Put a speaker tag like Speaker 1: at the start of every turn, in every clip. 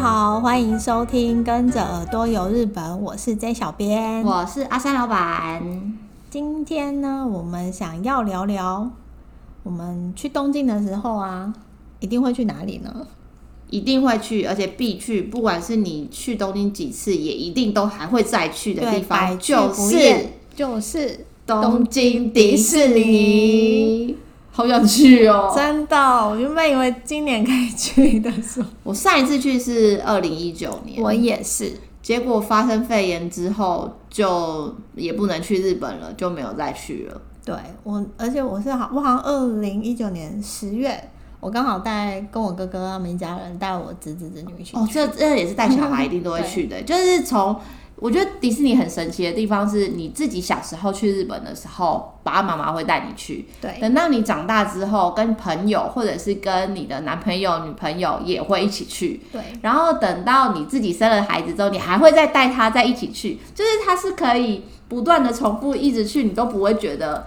Speaker 1: 好，欢迎收听《跟着耳朵游日本》，我是 J 小编。
Speaker 2: 我是阿三老板。
Speaker 1: 今天呢，我们想要聊聊我们去东京的时候啊，一定会去哪里呢？
Speaker 2: 一定会去，而且必去。不管是你去东京几次，也一定都还会再去的地
Speaker 1: 百
Speaker 2: 方，
Speaker 1: 去
Speaker 2: 就
Speaker 1: 不
Speaker 2: 是
Speaker 1: 厌就是
Speaker 2: 东京迪士尼。好想去哦！
Speaker 1: 真的，我原本以为今年可以去的时候，
Speaker 2: 我上一次去是二零一九年，
Speaker 1: 我也是。
Speaker 2: 结果发生肺炎之后，就也不能去日本了，就没有再去了。
Speaker 1: 对我，而且我是好，我好像二零一九年十月，我刚好带跟我哥哥他们一家人带我侄子侄女一起去。
Speaker 2: 哦，这这也是带小孩一定都会 去的，就是从我觉得迪士尼很神奇的地方是，你自己小时候去日本的时候，爸爸妈妈会带你去，
Speaker 1: 对
Speaker 2: 等到你长大之后，跟朋友或者是跟你的男朋友、女朋友也会一起去。
Speaker 1: 对
Speaker 2: 然后等到你自己生了孩子之后，你还会再带他在一起去，就是他是可以不断的重复一直去，你都不会觉得，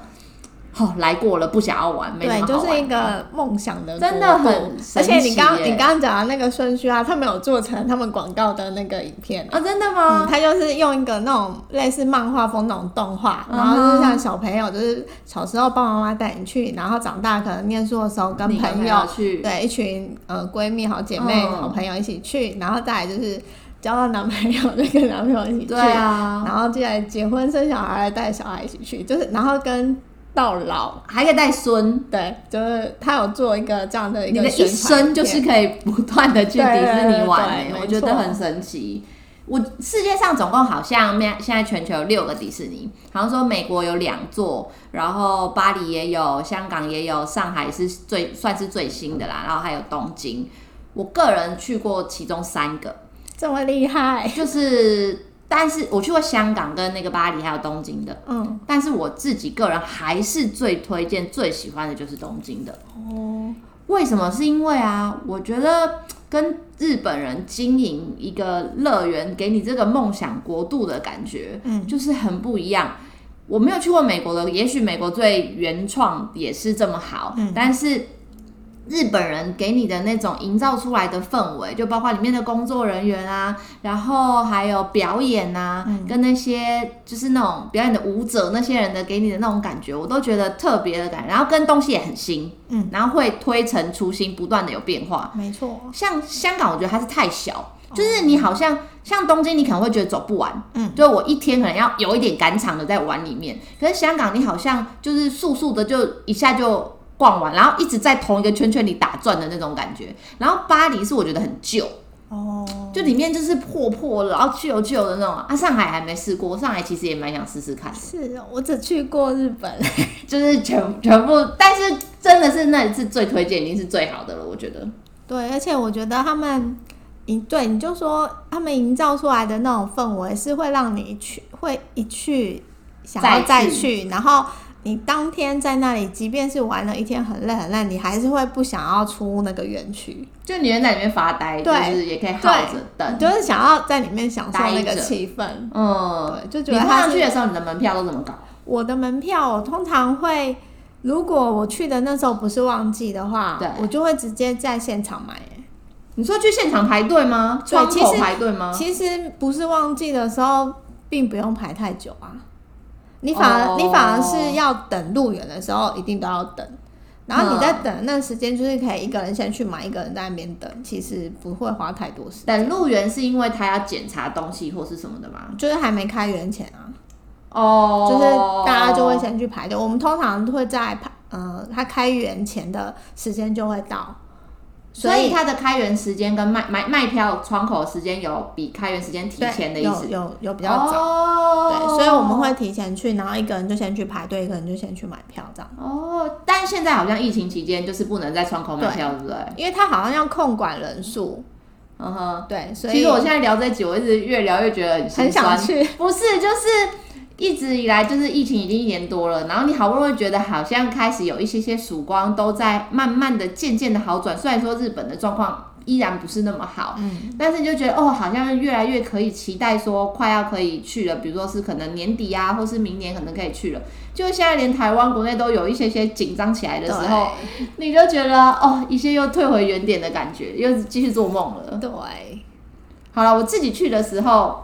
Speaker 2: 哦，来过了不想要玩，没什
Speaker 1: 对，
Speaker 2: 么好
Speaker 1: 就是一
Speaker 2: 玩的
Speaker 1: 个梦想的国度，
Speaker 2: 真的很神
Speaker 1: 而
Speaker 2: 奇
Speaker 1: 且
Speaker 2: 耶。
Speaker 1: 你刚你刚刚讲的那个顺序啊，他们有做成他们广告的那个影片。
Speaker 2: 啊，真的吗？
Speaker 1: 嗯，他就是用一个那种类似漫画风那种动画，然后
Speaker 2: 嗯
Speaker 1: 就是像小朋友，就是小时候爸爸妈妈带你去，然后长大可能念书的时候嗯跟
Speaker 2: 你
Speaker 1: 朋友
Speaker 2: 友去，
Speaker 1: 对，一群呃闺蜜、好姐妹、
Speaker 2: 嗯
Speaker 1: 好朋友一起去，然后再来就是交到男朋友，就跟男朋友一起去，
Speaker 2: 对啊，
Speaker 1: 然后接下来结婚生小孩，带小孩一起去，就是然后跟到老，
Speaker 2: 还可以带孙，
Speaker 1: 对，就是他有做一个这样的一
Speaker 2: 你
Speaker 1: 个
Speaker 2: 的一
Speaker 1: 宣传
Speaker 2: 生就是
Speaker 1: 片
Speaker 2: 可以不断的去迪士尼玩、
Speaker 1: 对对对
Speaker 2: 欸，
Speaker 1: 对
Speaker 2: 我觉
Speaker 1: 没
Speaker 2: 得
Speaker 1: 错
Speaker 2: 很神奇。我世界上总共好像现现在全球有六个迪士尼，好像说美国有两座，然后巴黎也有，香港也有，上海是最算是最新的啦，然后还有东京。我个人去过其中三个，哎
Speaker 1: 这么厉害，
Speaker 2: 就是但是我去过香港跟那个巴黎还有东京的，
Speaker 1: 嗯，
Speaker 2: 但是我自己个人还是最推荐、最喜欢的就是东京的。
Speaker 1: 哦，
Speaker 2: 为什么？是因为啊，我觉得跟日本人经营一个乐园，给你这个梦想国度的感觉，
Speaker 1: 嗯，
Speaker 2: 就是很不一样。我没有去过美国的，也许美国最原创也是这么好，
Speaker 1: 嗯
Speaker 2: 但是日本人给你的那种营造出来的氛围，就包括里面的工作人员啊，然后还有表演啊，
Speaker 1: 嗯
Speaker 2: 跟那些就是那种表演的舞者那些人的给你的那种感觉，我都觉得特别的感觉。然后跟东西也很新，
Speaker 1: 嗯，
Speaker 2: 然后会推陈出新，不断的有变化。
Speaker 1: 没错，
Speaker 2: 像香港，我觉得它是太小，就是你好像像东京，你可能会觉得走不完，
Speaker 1: 嗯，
Speaker 2: 就我一天可能要有一点赶场的在玩里面。可是香港，你好像就是速速的就一下就逛完，然后一直在同一个圈圈里打转的那种感觉。然后巴黎是我觉得很旧，
Speaker 1: 哦，
Speaker 2: 就里面就是破破的，然后旧旧的那种。啊，上海还没试过，上海其实也蛮想试试看的，
Speaker 1: 是哦我只去过日本，
Speaker 2: 就是全全部，但是真的是那里是最推荐，已经是最好的了，我觉得。
Speaker 1: 对，而且我觉得他们，你对你就说他们营造出来的那种氛围是会让你去，会一去想要再
Speaker 2: 再
Speaker 1: 去，然后你当天在那里，即便是玩了一天很累很累，你还是会不想要出那个园区，
Speaker 2: 就你能在里面发呆，就
Speaker 1: 对
Speaker 2: 是也可以耗着
Speaker 1: 你
Speaker 2: 等。
Speaker 1: 就是想要在里面享受那个
Speaker 2: 待着
Speaker 1: 气氛。
Speaker 2: 嗯，
Speaker 1: 对，就觉
Speaker 2: 你
Speaker 1: 得
Speaker 2: 通
Speaker 1: 它
Speaker 2: 常
Speaker 1: 是
Speaker 2: 去的时候，你的门票都怎么搞？
Speaker 1: 我的门票我通常会，如果我去的那时候不是旺季的话
Speaker 2: 对，
Speaker 1: 我就会直接在现场买、欸
Speaker 2: 你说去现场排队吗？
Speaker 1: 对
Speaker 2: 窗
Speaker 1: 其
Speaker 2: 口
Speaker 1: 实
Speaker 2: 排队吗？
Speaker 1: 其实不是旺季的时候，并不用排太久啊。你反而、
Speaker 2: 哦
Speaker 1: 你反而是要等入园的时候，一定都要等。然后你在等的那时间，就是可以一个人先去买，一个人在那边等，其实不会花太多时间，
Speaker 2: 等入园是因为他要检查东西或是什么的吗？
Speaker 1: 就是还没开园前啊，
Speaker 2: 哦，
Speaker 1: 就是大家就会先去排队。我们通常会在排，呃，它开园前的时间就会到，
Speaker 2: 所以它的开园时间跟卖卖卖票窗口时间有比开园时间提
Speaker 1: 对
Speaker 2: 前的意思
Speaker 1: 有，有有比
Speaker 2: 比
Speaker 1: 较早，
Speaker 2: 哦、
Speaker 1: 对，所以我们会提前去，然后一个人就先去排队，一个人就先去买票这样。
Speaker 2: 哦，但现在好像疫情期间就是不能在窗口买
Speaker 1: 对
Speaker 2: 票，对不对？
Speaker 1: 因为他好像要控管人数，
Speaker 2: 嗯哼。
Speaker 1: 对，所以
Speaker 2: 其实我现在聊这集，我一直越聊越觉得很心
Speaker 1: 很想
Speaker 2: 酸。
Speaker 1: 去，
Speaker 2: 不是，就是一直以来就是疫情已经一年多了，然后你好不容易觉得好像开始有一些些曙光，都在慢慢的、渐渐的好转。虽然说日本的状况依然不是那么好，
Speaker 1: 嗯，
Speaker 2: 但是你就觉得哦，好像越来越可以期待说快要可以去了，比如说是可能年底啊，或是明年可能可以去了。就现在连台湾国内都有一些些紧张起来的时候，你就觉得哦，一切又退回原点的感觉，又继续做梦了。
Speaker 1: 对，对，
Speaker 2: 好了，我自己去的时候，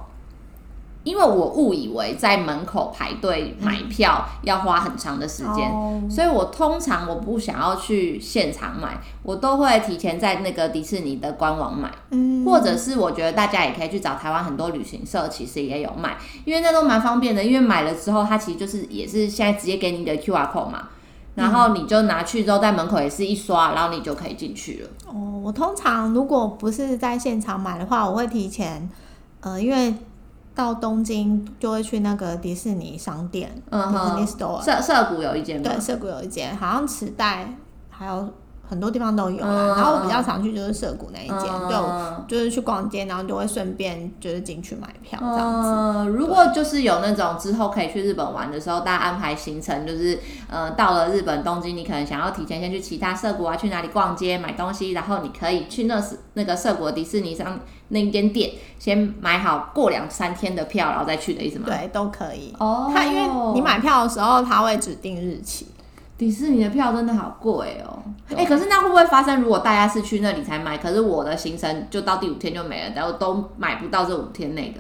Speaker 2: 因为我误以为在门口排队买票要花很长的时间，
Speaker 1: 嗯哦
Speaker 2: 所以我通常我不想要去现场买，我都会提前在那个迪士尼的官网买。
Speaker 1: 嗯，
Speaker 2: 或者是我觉得大家也可以去找台湾很多旅行社，其实也有卖，因为那都蛮方便的。因为买了之后，它其实就是也是现在直接给你一个 QR code 嘛，然后你就拿去之后在门口也是一刷，然后你就可以进去了。
Speaker 1: 哦，我通常如果不是在现场买的话，我会提前，呃，因为到东京就会去那个迪士尼商店，
Speaker 2: 嗯
Speaker 1: 迪
Speaker 2: 哼
Speaker 1: 士尼 store，
Speaker 2: 涩涩谷有一间吗
Speaker 1: 对，？涩谷有一间，好像池袋还有很多地方都有啦。
Speaker 2: 嗯
Speaker 1: 然后我比较常去就是涩谷那一间，对，我
Speaker 2: 嗯
Speaker 1: 就是去逛街，然后就会顺便就是进去买票这样子。
Speaker 2: 嗯，如果就是有那种之后可以去日本玩的时候，大家安排行程，就是呃，到了日本东京，你可能想要提前先去其他涩谷啊，去哪里逛街买东西，然后你可以去那是那个涩谷的迪士尼上那一间店先买好，过两三天的票，然后再去的意思吗？，
Speaker 1: 对，都可以。
Speaker 2: 哦，
Speaker 1: 它因为你买票的时候，它会指定日期。
Speaker 2: 迪士尼的票真的好贵哦，哎、可是那会不会发生？如果大家是去那里才买，可是我的行程就到第五天就没了，然后都买不到这五天内的，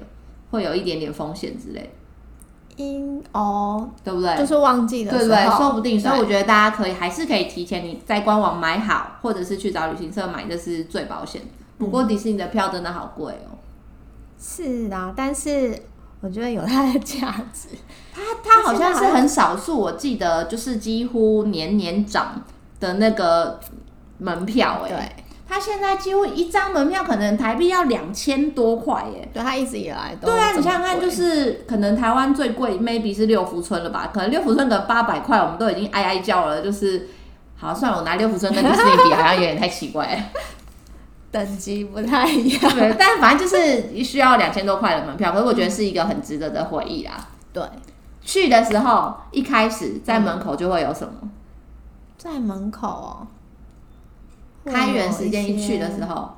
Speaker 2: 会有一点点风险之类的，
Speaker 1: 因哦，
Speaker 2: 对不对？
Speaker 1: 就是旺季的
Speaker 2: 对不
Speaker 1: 时
Speaker 2: 对？
Speaker 1: 候，
Speaker 2: 说不定，所以
Speaker 1: 对
Speaker 2: 我觉得大家可以还是可以提前你在官网买好，或者是去找旅行社买，这是最保险的。不过迪士尼的票真的好贵哦，
Speaker 1: 是啊，但是我觉得有它的价值。
Speaker 2: 它它好像是很少数，我记得就是几乎年年涨的那个门票哎、
Speaker 1: 对，
Speaker 2: 它现在几乎一张门票可能台币要两千多块耶、
Speaker 1: 对，它一直以来都
Speaker 2: 对啊，
Speaker 1: 这
Speaker 2: 你
Speaker 1: 么
Speaker 2: 想想看，
Speaker 1: 贵
Speaker 2: 就是可能台湾最贵，maybe 是六福村了吧？可能六福村的八百块，我们都已经哀哀叫了。就是，好，算了，我拿六福村跟迪士尼比，好像有点太奇怪了。
Speaker 1: 等级不太一样。
Speaker 2: 对，但反正就是需要两千多块的门票，可是我觉得是一个很值得的回忆啦。
Speaker 1: 对，
Speaker 2: 去的时候，一开始在门口就会有什么？
Speaker 1: 在门口哦，嗯
Speaker 2: 开园时间一去的时
Speaker 1: 候，
Speaker 2: 候，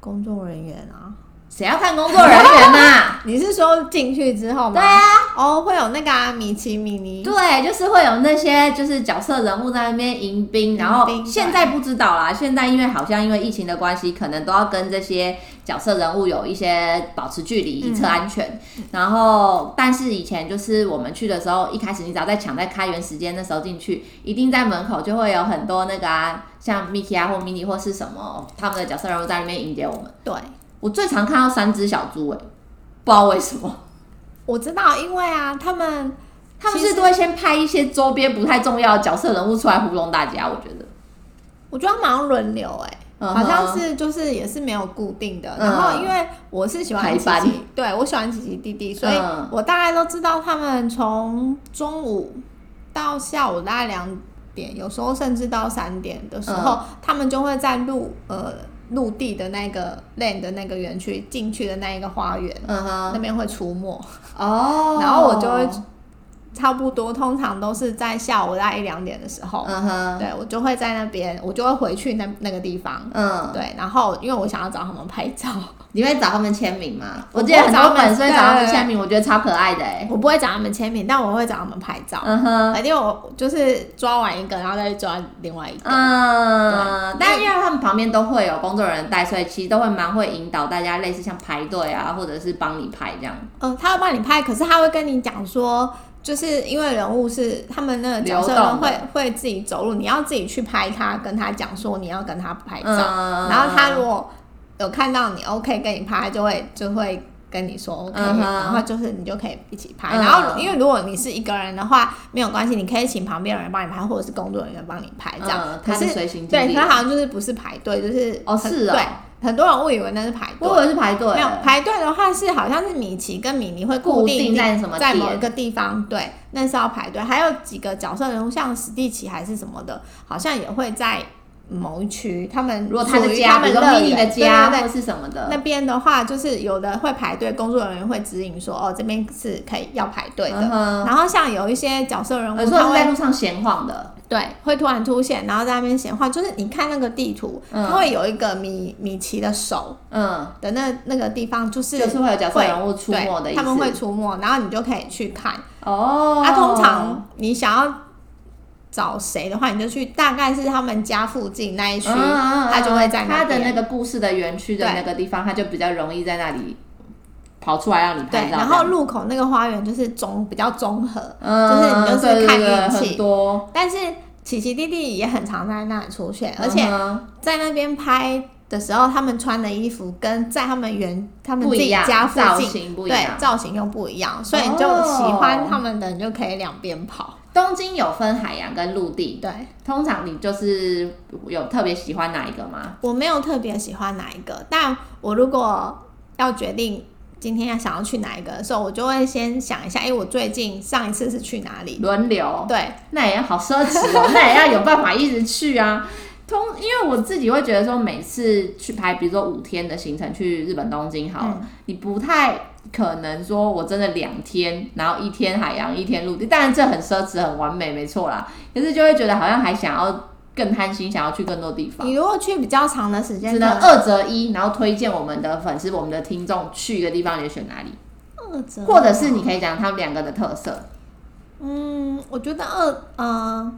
Speaker 1: 工作人员啊，
Speaker 2: 谁要看工作人员呐、
Speaker 1: 你是说进去之后吗？
Speaker 2: 对啊，
Speaker 1: 哦，会有那个、啊、米奇米妮，
Speaker 2: 对，就是会有那些就是角色人物在那边迎宾，然后
Speaker 1: 迎宾
Speaker 2: 现在不知道啦，现在因为好像因为疫情的关系，可能都要跟这些角色人物有一些保持距离，以测安全。然后，但是以前就是我们去的时候，一开始你只要在抢在开园时间那时候进去，一定在门口就会有很多那个啊，像 Mickey 啊或 Minnie 或是什么他们的角色人物在那边迎接我们。
Speaker 1: 对，
Speaker 2: 我最常看到三只小猪、欸，不知道为什么。
Speaker 1: 我知道，因为啊，他们
Speaker 2: 他们是都会先拍一些周边不太重要的角色人物出来糊弄大家，我觉得。
Speaker 1: 我觉得马上轮流哎、
Speaker 2: 嗯
Speaker 1: 好
Speaker 2: 哼
Speaker 1: 像是就是也是没有固定的，
Speaker 2: 嗯
Speaker 1: 然后因为我是喜欢
Speaker 2: 排
Speaker 1: 琪
Speaker 2: 班
Speaker 1: 琪，对我喜欢琪琪弟弟，所以
Speaker 2: 嗯
Speaker 1: 我大概都知道他们从中午到下午大概两点，有时候甚至到三点的时
Speaker 2: 嗯
Speaker 1: 候，他们就会在陆呃陆地的那个 land 的那个园区进去的那一个花园、
Speaker 2: 嗯
Speaker 1: 那
Speaker 2: 哼，
Speaker 1: 边会出没，
Speaker 2: 哦
Speaker 1: 然后我就会差不多通常都是在下午大概一两点的时候，
Speaker 2: 嗯哼，
Speaker 1: 对我就会在那边，我就会回去那那个地方。
Speaker 2: 嗯，
Speaker 1: 对，然后因为我想要找他们拍照，
Speaker 2: 你会找他们签名吗？
Speaker 1: 我
Speaker 2: 我记得很多粉丝
Speaker 1: 不会
Speaker 2: 会
Speaker 1: 找
Speaker 2: 找
Speaker 1: 他
Speaker 2: 他
Speaker 1: 们
Speaker 2: 们签名，我觉得超可爱的哎。
Speaker 1: 我不会找他们签名，但我会找他们拍照。
Speaker 2: 嗯哼，
Speaker 1: 反正我就是抓完一个，然后再抓另外一个。
Speaker 2: 嗯，
Speaker 1: 对
Speaker 2: 但因为他们旁边都会有工作人员带，所以其实都会蛮会引导大家，类似像排队啊，或者是帮你排这样。
Speaker 1: 嗯、他会帮你拍，可是他会跟你讲说，就是因为人物是他们那个角色
Speaker 2: 流
Speaker 1: 人
Speaker 2: 动的
Speaker 1: 会会自己走路，你要自己去拍他，跟他讲说你要跟他拍照。
Speaker 2: 嗯，
Speaker 1: 然后他如果有看到你 OK 跟你拍，他就会就会跟你说 OK，、
Speaker 2: 嗯哼
Speaker 1: 然后就是你就可以一起拍。
Speaker 2: 嗯
Speaker 1: 然后因为如果你是一个人的话，没有关系，你可以请旁边有人帮你拍，或者是工作人员帮你拍这样。
Speaker 2: 嗯
Speaker 1: 可
Speaker 2: 他是
Speaker 1: 是
Speaker 2: 随行经
Speaker 1: 对，
Speaker 2: 理
Speaker 1: 可好像就是不是排队，就是
Speaker 2: 哦
Speaker 1: 很
Speaker 2: 是哦
Speaker 1: 对，很多人误以为那是排队。
Speaker 2: 我以为是排队，
Speaker 1: 没有排队的话是好像是米奇跟米妮会
Speaker 2: 固
Speaker 1: 定
Speaker 2: 定在什么
Speaker 1: 在
Speaker 2: 点
Speaker 1: 某一个地方，对，那是要排队。还有几个角色人物，像史蒂奇还是什么的，好像也会在某一区。他们
Speaker 2: 如果他
Speaker 1: 属
Speaker 2: 的
Speaker 1: 于他
Speaker 2: 家，比
Speaker 1: 们
Speaker 2: 如说
Speaker 1: 乐
Speaker 2: mini
Speaker 1: 园
Speaker 2: 的家
Speaker 1: 对对
Speaker 2: 或
Speaker 1: 对
Speaker 2: 是什么的，
Speaker 1: 那边的话，就是有的会排队，工作人员会指引说，哦，这边是可以要排队的。
Speaker 2: 嗯哼
Speaker 1: 然后像有一些角色人
Speaker 2: 有
Speaker 1: 物，
Speaker 2: 时候
Speaker 1: 他
Speaker 2: 是在
Speaker 1: 会
Speaker 2: 路上闲晃的，
Speaker 1: 对会突然出现，然后在那边闲话，就是你看那个地图，
Speaker 2: 嗯
Speaker 1: 它会有一个米米奇的手
Speaker 2: 嗯，
Speaker 1: 的那那个地方，就是
Speaker 2: 就是会有角色人物出
Speaker 1: 对，
Speaker 2: 没的意思。
Speaker 1: 他们会出没，然后你就可以去看。
Speaker 2: 哦，
Speaker 1: 啊，通常你想要找谁的话，你就去大概是他们家附近那一区，
Speaker 2: 嗯嗯嗯
Speaker 1: 他就会在那
Speaker 2: 他的那
Speaker 1: 边。
Speaker 2: 个故事的园区的
Speaker 1: 对
Speaker 2: 那个地方，他就比较容易在那里跑出来让你
Speaker 1: 对，
Speaker 2: 拍照。
Speaker 1: 然后路口那个花园就是综比较综合，
Speaker 2: 嗯，
Speaker 1: 就是你就是看
Speaker 2: 对对对
Speaker 1: 运气
Speaker 2: 很多，
Speaker 1: 但是奇奇弟弟也很常在那里出现，而且
Speaker 2: 嗯
Speaker 1: 在那边拍的时候，他们穿的衣服跟在他们原他们
Speaker 2: 不
Speaker 1: 自
Speaker 2: 一
Speaker 1: 己
Speaker 2: 样，
Speaker 1: 家附
Speaker 2: 造
Speaker 1: 近
Speaker 2: 型不一
Speaker 1: 对
Speaker 2: 样。
Speaker 1: 造型又不一样，所以你就
Speaker 2: 哦
Speaker 1: 喜欢他们的，你就可以两边跑。
Speaker 2: 东京有分海洋跟陆地，
Speaker 1: 对
Speaker 2: 通常你就是有特别喜欢哪一个吗？
Speaker 1: 我没有特别喜欢哪一个，但我如果要决定今天要想要去哪一个的时候，我就会先想一下，哎、我最近上一次是去哪里？
Speaker 2: 轮流，
Speaker 1: 对，
Speaker 2: 那也好奢侈哦，那也要有办法一直去啊。通，因为我自己会觉得说，每次去排，比如说五天的行程去日本东京好了，你不太可能说我真的两天，然后一天海洋，一天陆地，当然这很奢侈，很完美，没错啦。可是就会觉得好像还想要更贪心，想要去更多地方。
Speaker 1: 你如果去比较长的时间，
Speaker 2: 只能二择一，然后推荐我们的粉丝、我们的听众去一个地方，你选哪里？
Speaker 1: 二折，
Speaker 2: 或者是你可以讲他们两个的特色。
Speaker 1: 嗯，我觉得二呃，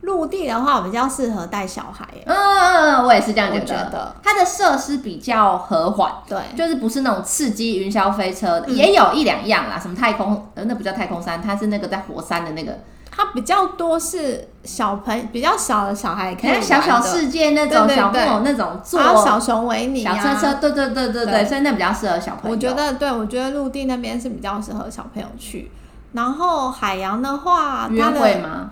Speaker 1: 陆地的话我比较适合带小孩耶，
Speaker 2: 嗯嗯，嗯我也是这样觉
Speaker 1: 我觉
Speaker 2: 得
Speaker 1: 得。
Speaker 2: 它的设施比较和缓，
Speaker 1: 对，
Speaker 2: 就是不是那种刺激云霄飞车的，
Speaker 1: 嗯
Speaker 2: 也有一两样啦，什么太空呃，那不叫太空山，它是那个在火山的那个，
Speaker 1: 它比较多是小朋比较小的小孩可以
Speaker 2: 像
Speaker 1: 玩的，
Speaker 2: 小小世界那种
Speaker 1: 对对
Speaker 2: 小木
Speaker 1: 对
Speaker 2: 偶那种坐
Speaker 1: 还有小熊维尼、
Speaker 2: 小
Speaker 1: 啊、
Speaker 2: 车车，对对对对对，
Speaker 1: 对
Speaker 2: 所以那比较适合小朋友。
Speaker 1: 我觉得，对我觉得陆地那边是比较适合小朋友去。然后海洋的话，
Speaker 2: 约
Speaker 1: 它的
Speaker 2: 会吗？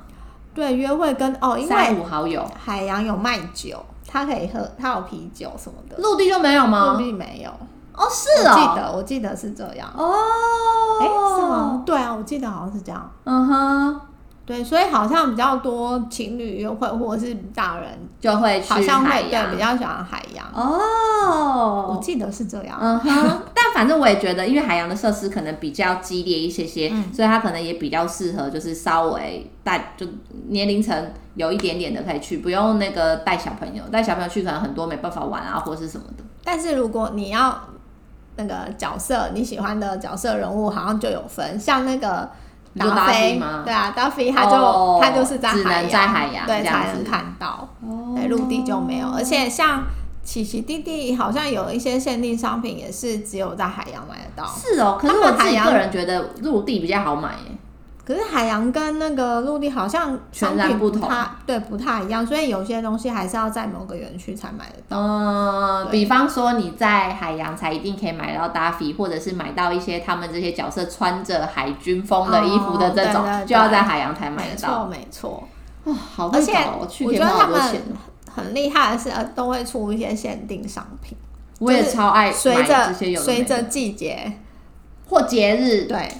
Speaker 1: 对约会跟哦，因
Speaker 2: 三
Speaker 1: 为
Speaker 2: 五好友，
Speaker 1: 海洋有卖酒，它可以喝，它有啤酒什么的。
Speaker 2: 陆地就没有
Speaker 1: 陆
Speaker 2: 吗？
Speaker 1: 地没有，
Speaker 2: 哦，嗯是
Speaker 1: 我记
Speaker 2: 哦，
Speaker 1: 得我记得是这样。
Speaker 2: 哦，
Speaker 1: 哎、是吗？？对啊，我记得好像是这样。
Speaker 2: 嗯哼，
Speaker 1: 对，所以好像比较多情侣约会或者是大人，
Speaker 2: 就会去
Speaker 1: 好像
Speaker 2: 海
Speaker 1: 会对
Speaker 2: 洋
Speaker 1: 比。较喜欢海洋。我
Speaker 2: 哦，
Speaker 1: 记得是这样。
Speaker 2: 嗯 哼，但反正我也觉得，因为海洋的设施可能比较激烈一些些，所以它可能也比较适合，就是稍微带就年龄层有一点点的可以去，不用那个带小朋友，带小朋友去可能很多没办法玩啊，或是什么的。
Speaker 1: 但是如果你要那个角色，你喜欢的角色人物好像就有分，像那个
Speaker 2: 你说
Speaker 1: 达
Speaker 2: 达菲
Speaker 1: 菲
Speaker 2: 吗，
Speaker 1: 对啊，达菲他就、
Speaker 2: 哦
Speaker 1: 他就是在海
Speaker 2: 只
Speaker 1: 洋，
Speaker 2: 能在海洋
Speaker 1: 对
Speaker 2: 这样
Speaker 1: 才能
Speaker 2: 子
Speaker 1: 看到，
Speaker 2: 哦
Speaker 1: 对陆地就没有。而且像奇奇弟弟好像有一些限定商品也是只有在海洋买得到，
Speaker 2: 是哦，可是
Speaker 1: 他
Speaker 2: 我
Speaker 1: 们
Speaker 2: 自
Speaker 1: 海
Speaker 2: 己
Speaker 1: 洋
Speaker 2: 个人觉得陆地比较好买耶。
Speaker 1: 可是海洋跟那个陆地好像
Speaker 2: 全
Speaker 1: 商
Speaker 2: 然
Speaker 1: 品
Speaker 2: 不
Speaker 1: 不
Speaker 2: 同
Speaker 1: 太对不太一样，所以有些东西还是要在某个园区才买得到。
Speaker 2: 嗯，
Speaker 1: 对
Speaker 2: 比方说你在海洋才一定可以买到达菲，或者是买到一些他们这些角色穿着海军风的衣服的这种，
Speaker 1: 哦对对对
Speaker 2: 就要在海洋才买
Speaker 1: 没
Speaker 2: 得到。
Speaker 1: 错，没错。
Speaker 2: 哇、好会
Speaker 1: 而且
Speaker 2: 搞哦，去
Speaker 1: 我
Speaker 2: 可以
Speaker 1: 觉得
Speaker 2: 花好
Speaker 1: 他
Speaker 2: 多
Speaker 1: 们
Speaker 2: 钱哦。
Speaker 1: 很厉害的是，呃，都会出一些限定商品，
Speaker 2: 我也超爱
Speaker 1: 随
Speaker 2: 买这
Speaker 1: 着
Speaker 2: 些有的没
Speaker 1: 随
Speaker 2: 的
Speaker 1: 着季节，
Speaker 2: 或节日，
Speaker 1: 对，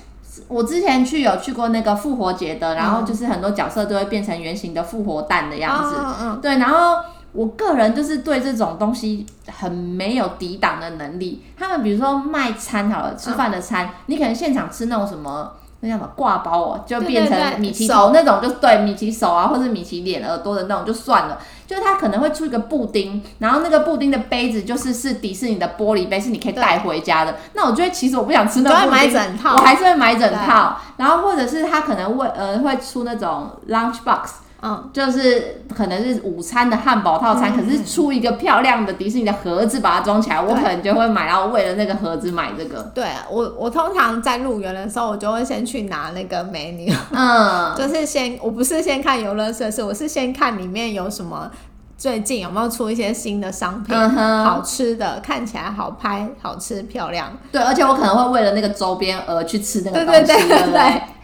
Speaker 2: 我之前去有去过那个复活节的，然后就是很多角色都会变成圆形的复活蛋的样子。
Speaker 1: 嗯嗯，
Speaker 2: 对，然后我个人就是对这种东西很没有抵挡的能力。他们比如说卖餐好了，吃
Speaker 1: 嗯
Speaker 2: 饭的餐，你可能现场吃那种什么。那叫什么挂包哦，就
Speaker 1: 对
Speaker 2: 变
Speaker 1: 对
Speaker 2: 成
Speaker 1: 对
Speaker 2: 米奇头那种，就对米奇手啊，或者米奇脸、耳朵的那种就算了。就是它可能会出一个布丁，然后那个布丁的杯子就是是迪士尼的玻璃杯，是你可以
Speaker 1: 对
Speaker 2: 带回家的。那我就会其实我不想吃
Speaker 1: 你
Speaker 2: 那
Speaker 1: 都
Speaker 2: 个
Speaker 1: 会
Speaker 2: 布
Speaker 1: 买
Speaker 2: 丁，
Speaker 1: 整
Speaker 2: 我
Speaker 1: 套，
Speaker 2: 还是会买整套。然后或者是他可能会呃会出那种 lunch box，
Speaker 1: 嗯，
Speaker 2: 就是可能是午餐的汉堡套餐，可是出一个漂亮的迪士尼的盒子把它装起来，我可
Speaker 1: 对
Speaker 2: 能就会买，然后为了那个盒子买这 个。
Speaker 1: 对我我通常在入园的时候，我就会先去拿那个美女，
Speaker 2: 嗯，
Speaker 1: 就是先我不是先看游乐设施，我是先看里面有什么。最近有没有出一些新的商品？
Speaker 2: 嗯哼
Speaker 1: 好吃的，看起来好拍，好吃，漂亮，
Speaker 2: 对，而且我可能会为了那个周边而去吃那
Speaker 1: 对
Speaker 2: 个东西，
Speaker 1: 对对
Speaker 2: 不
Speaker 1: 对
Speaker 2: 对
Speaker 1: 对？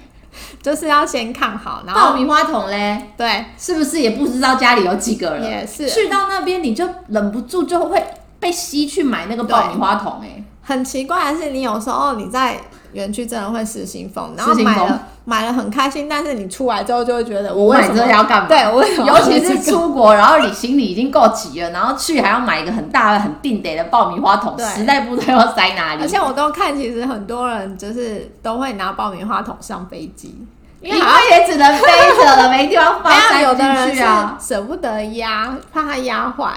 Speaker 1: 就是要先看好，然
Speaker 2: 爆
Speaker 1: 后
Speaker 2: 米花桶嘞，
Speaker 1: 对，
Speaker 2: 是不是也不知道家里有几个人？
Speaker 1: 也是
Speaker 2: 去到那边你就忍不住就会被吸去买那个爆米花桶哎、
Speaker 1: 很奇怪的是，你有时候哦你在园区真的会失心疯，然后
Speaker 2: 失心
Speaker 1: 买
Speaker 2: 疯
Speaker 1: 了买了很开心，但是你出来之后就会觉得
Speaker 2: 我
Speaker 1: 为
Speaker 2: 买
Speaker 1: 什
Speaker 2: 这
Speaker 1: 么
Speaker 2: 个要干嘛？
Speaker 1: 对，我为什么
Speaker 2: 尤
Speaker 1: 要
Speaker 2: 其
Speaker 1: 买这
Speaker 2: 是
Speaker 1: 个
Speaker 2: 出国，然后你行李已经够挤了，然后去还要买一个很大的、很定得的爆米花桶，
Speaker 1: 对
Speaker 2: 实在不知道要塞哪里。
Speaker 1: 而且我都看，其实很多人就是都会拿爆米花桶上飞机，
Speaker 2: 因
Speaker 1: 因
Speaker 2: 为
Speaker 1: 为好像
Speaker 2: 也只能背着了，没地 方放，
Speaker 1: 没
Speaker 2: 塞
Speaker 1: 有有
Speaker 2: 不
Speaker 1: 的人
Speaker 2: 进去
Speaker 1: 是
Speaker 2: 啊。
Speaker 1: 舍不得压，怕它压坏。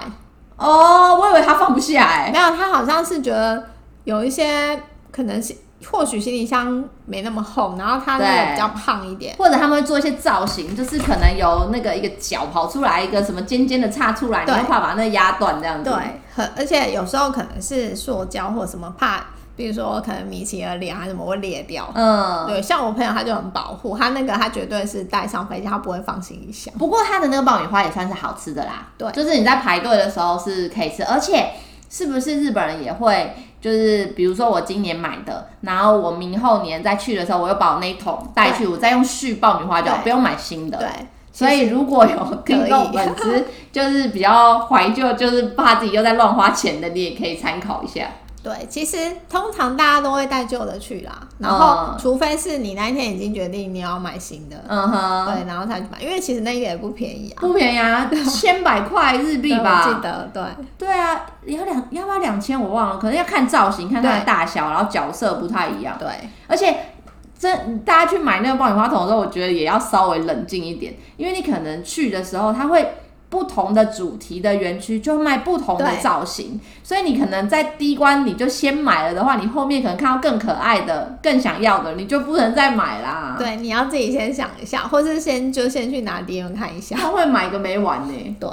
Speaker 2: 哦，我以为他放不下哎、
Speaker 1: 没有，他好像是觉得有一些可能是或许行李箱没那么厚，然后它那个
Speaker 2: 对
Speaker 1: 比较胖一点。
Speaker 2: 或者他们会做一些造型，就是可能有那个一个角跑出来，一个什么尖尖的叉出来，你
Speaker 1: 对
Speaker 2: 会怕把那个压断这样子。
Speaker 1: 对，很而且有时候可能是塑胶或什么怕，比如说可能米奇的脸啊还是什么会裂掉。
Speaker 2: 嗯，
Speaker 1: 对，像我朋友他就很保护，他那个他绝对是带上飞机，他不会放行李箱。
Speaker 2: 不过它的那个爆米花也算是好吃的啦，
Speaker 1: 对
Speaker 2: 就是你在排队的时候是可以吃，而且是不是日本人也会，就是比如说我今年买的，然后我明后年再去的时候，我又把我那一桶带去，我再用续爆米花就好，
Speaker 1: 对
Speaker 2: 不用买新的。
Speaker 1: 对，
Speaker 2: 所以如果有
Speaker 1: 可以
Speaker 2: 听众粉丝就是比较怀旧，就是怕自己又在乱花钱的，你也可以参考一下。
Speaker 1: 对，其实通常大家都会带旧的去啦，然后
Speaker 2: 嗯
Speaker 1: 除非是你那一天已经决定你要买新的，
Speaker 2: 嗯哼，
Speaker 1: 对，然后才去买，因为其实那个也不便宜啊，
Speaker 2: 不便宜啊，千百块日币
Speaker 1: 对我
Speaker 2: 吧。
Speaker 1: 记得对，
Speaker 2: 对啊，要两要不要两千我忘了，可能要看造型，看它的
Speaker 1: 对
Speaker 2: 大小，然后角色不太一样。
Speaker 1: 对，
Speaker 2: 而且真大家去买那个爆米花桶的时候，我觉得也要稍微冷静一点，因为你可能去的时候，它会不同的主题的园区就卖不同的
Speaker 1: 对
Speaker 2: 造型，所以你可能在第一关你就先买了的话，你后面可能看到更可爱的、更想要的，你就不能再买啦。，
Speaker 1: 对，你要自己先想一下，或是先就先去拿 DM 看一下，
Speaker 2: 他会买个没完呢、
Speaker 1: 对，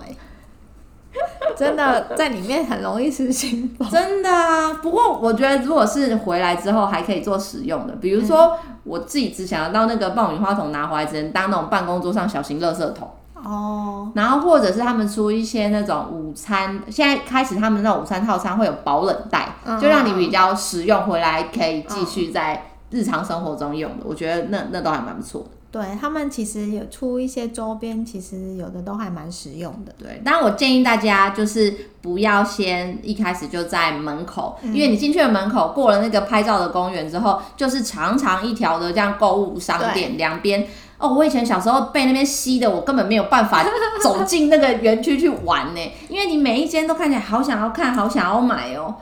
Speaker 1: 真的在里面很容易失心疯，
Speaker 2: 真的啊，不过我觉得如果是回来之后还可以做使用的，比如说我自己只想要到那个爆米花桶拿回来，只能当那种办公桌上小型垃圾桶，
Speaker 1: 哦，
Speaker 2: 然后或者是他们出一些那种午餐，现在开始他们那种午餐套餐会有保冷袋，
Speaker 1: 嗯
Speaker 2: 就让你比较实用，回来可以继续在日常生活中用的，我觉得那那都还蛮不错的。
Speaker 1: 对他们其实有出一些周边，其实有的都还蛮实用的，
Speaker 2: 对，但我建议大家就是不要先一开始就在门口，因为你进去了门口，过了那个拍照的公园之后，就是长长一条的这样购物商店，两边。哦，我以前小时候被那边吸的，我根本没有办法走进那个园区去玩呢，因为你每一间都看起来好想要看，好想要买哦。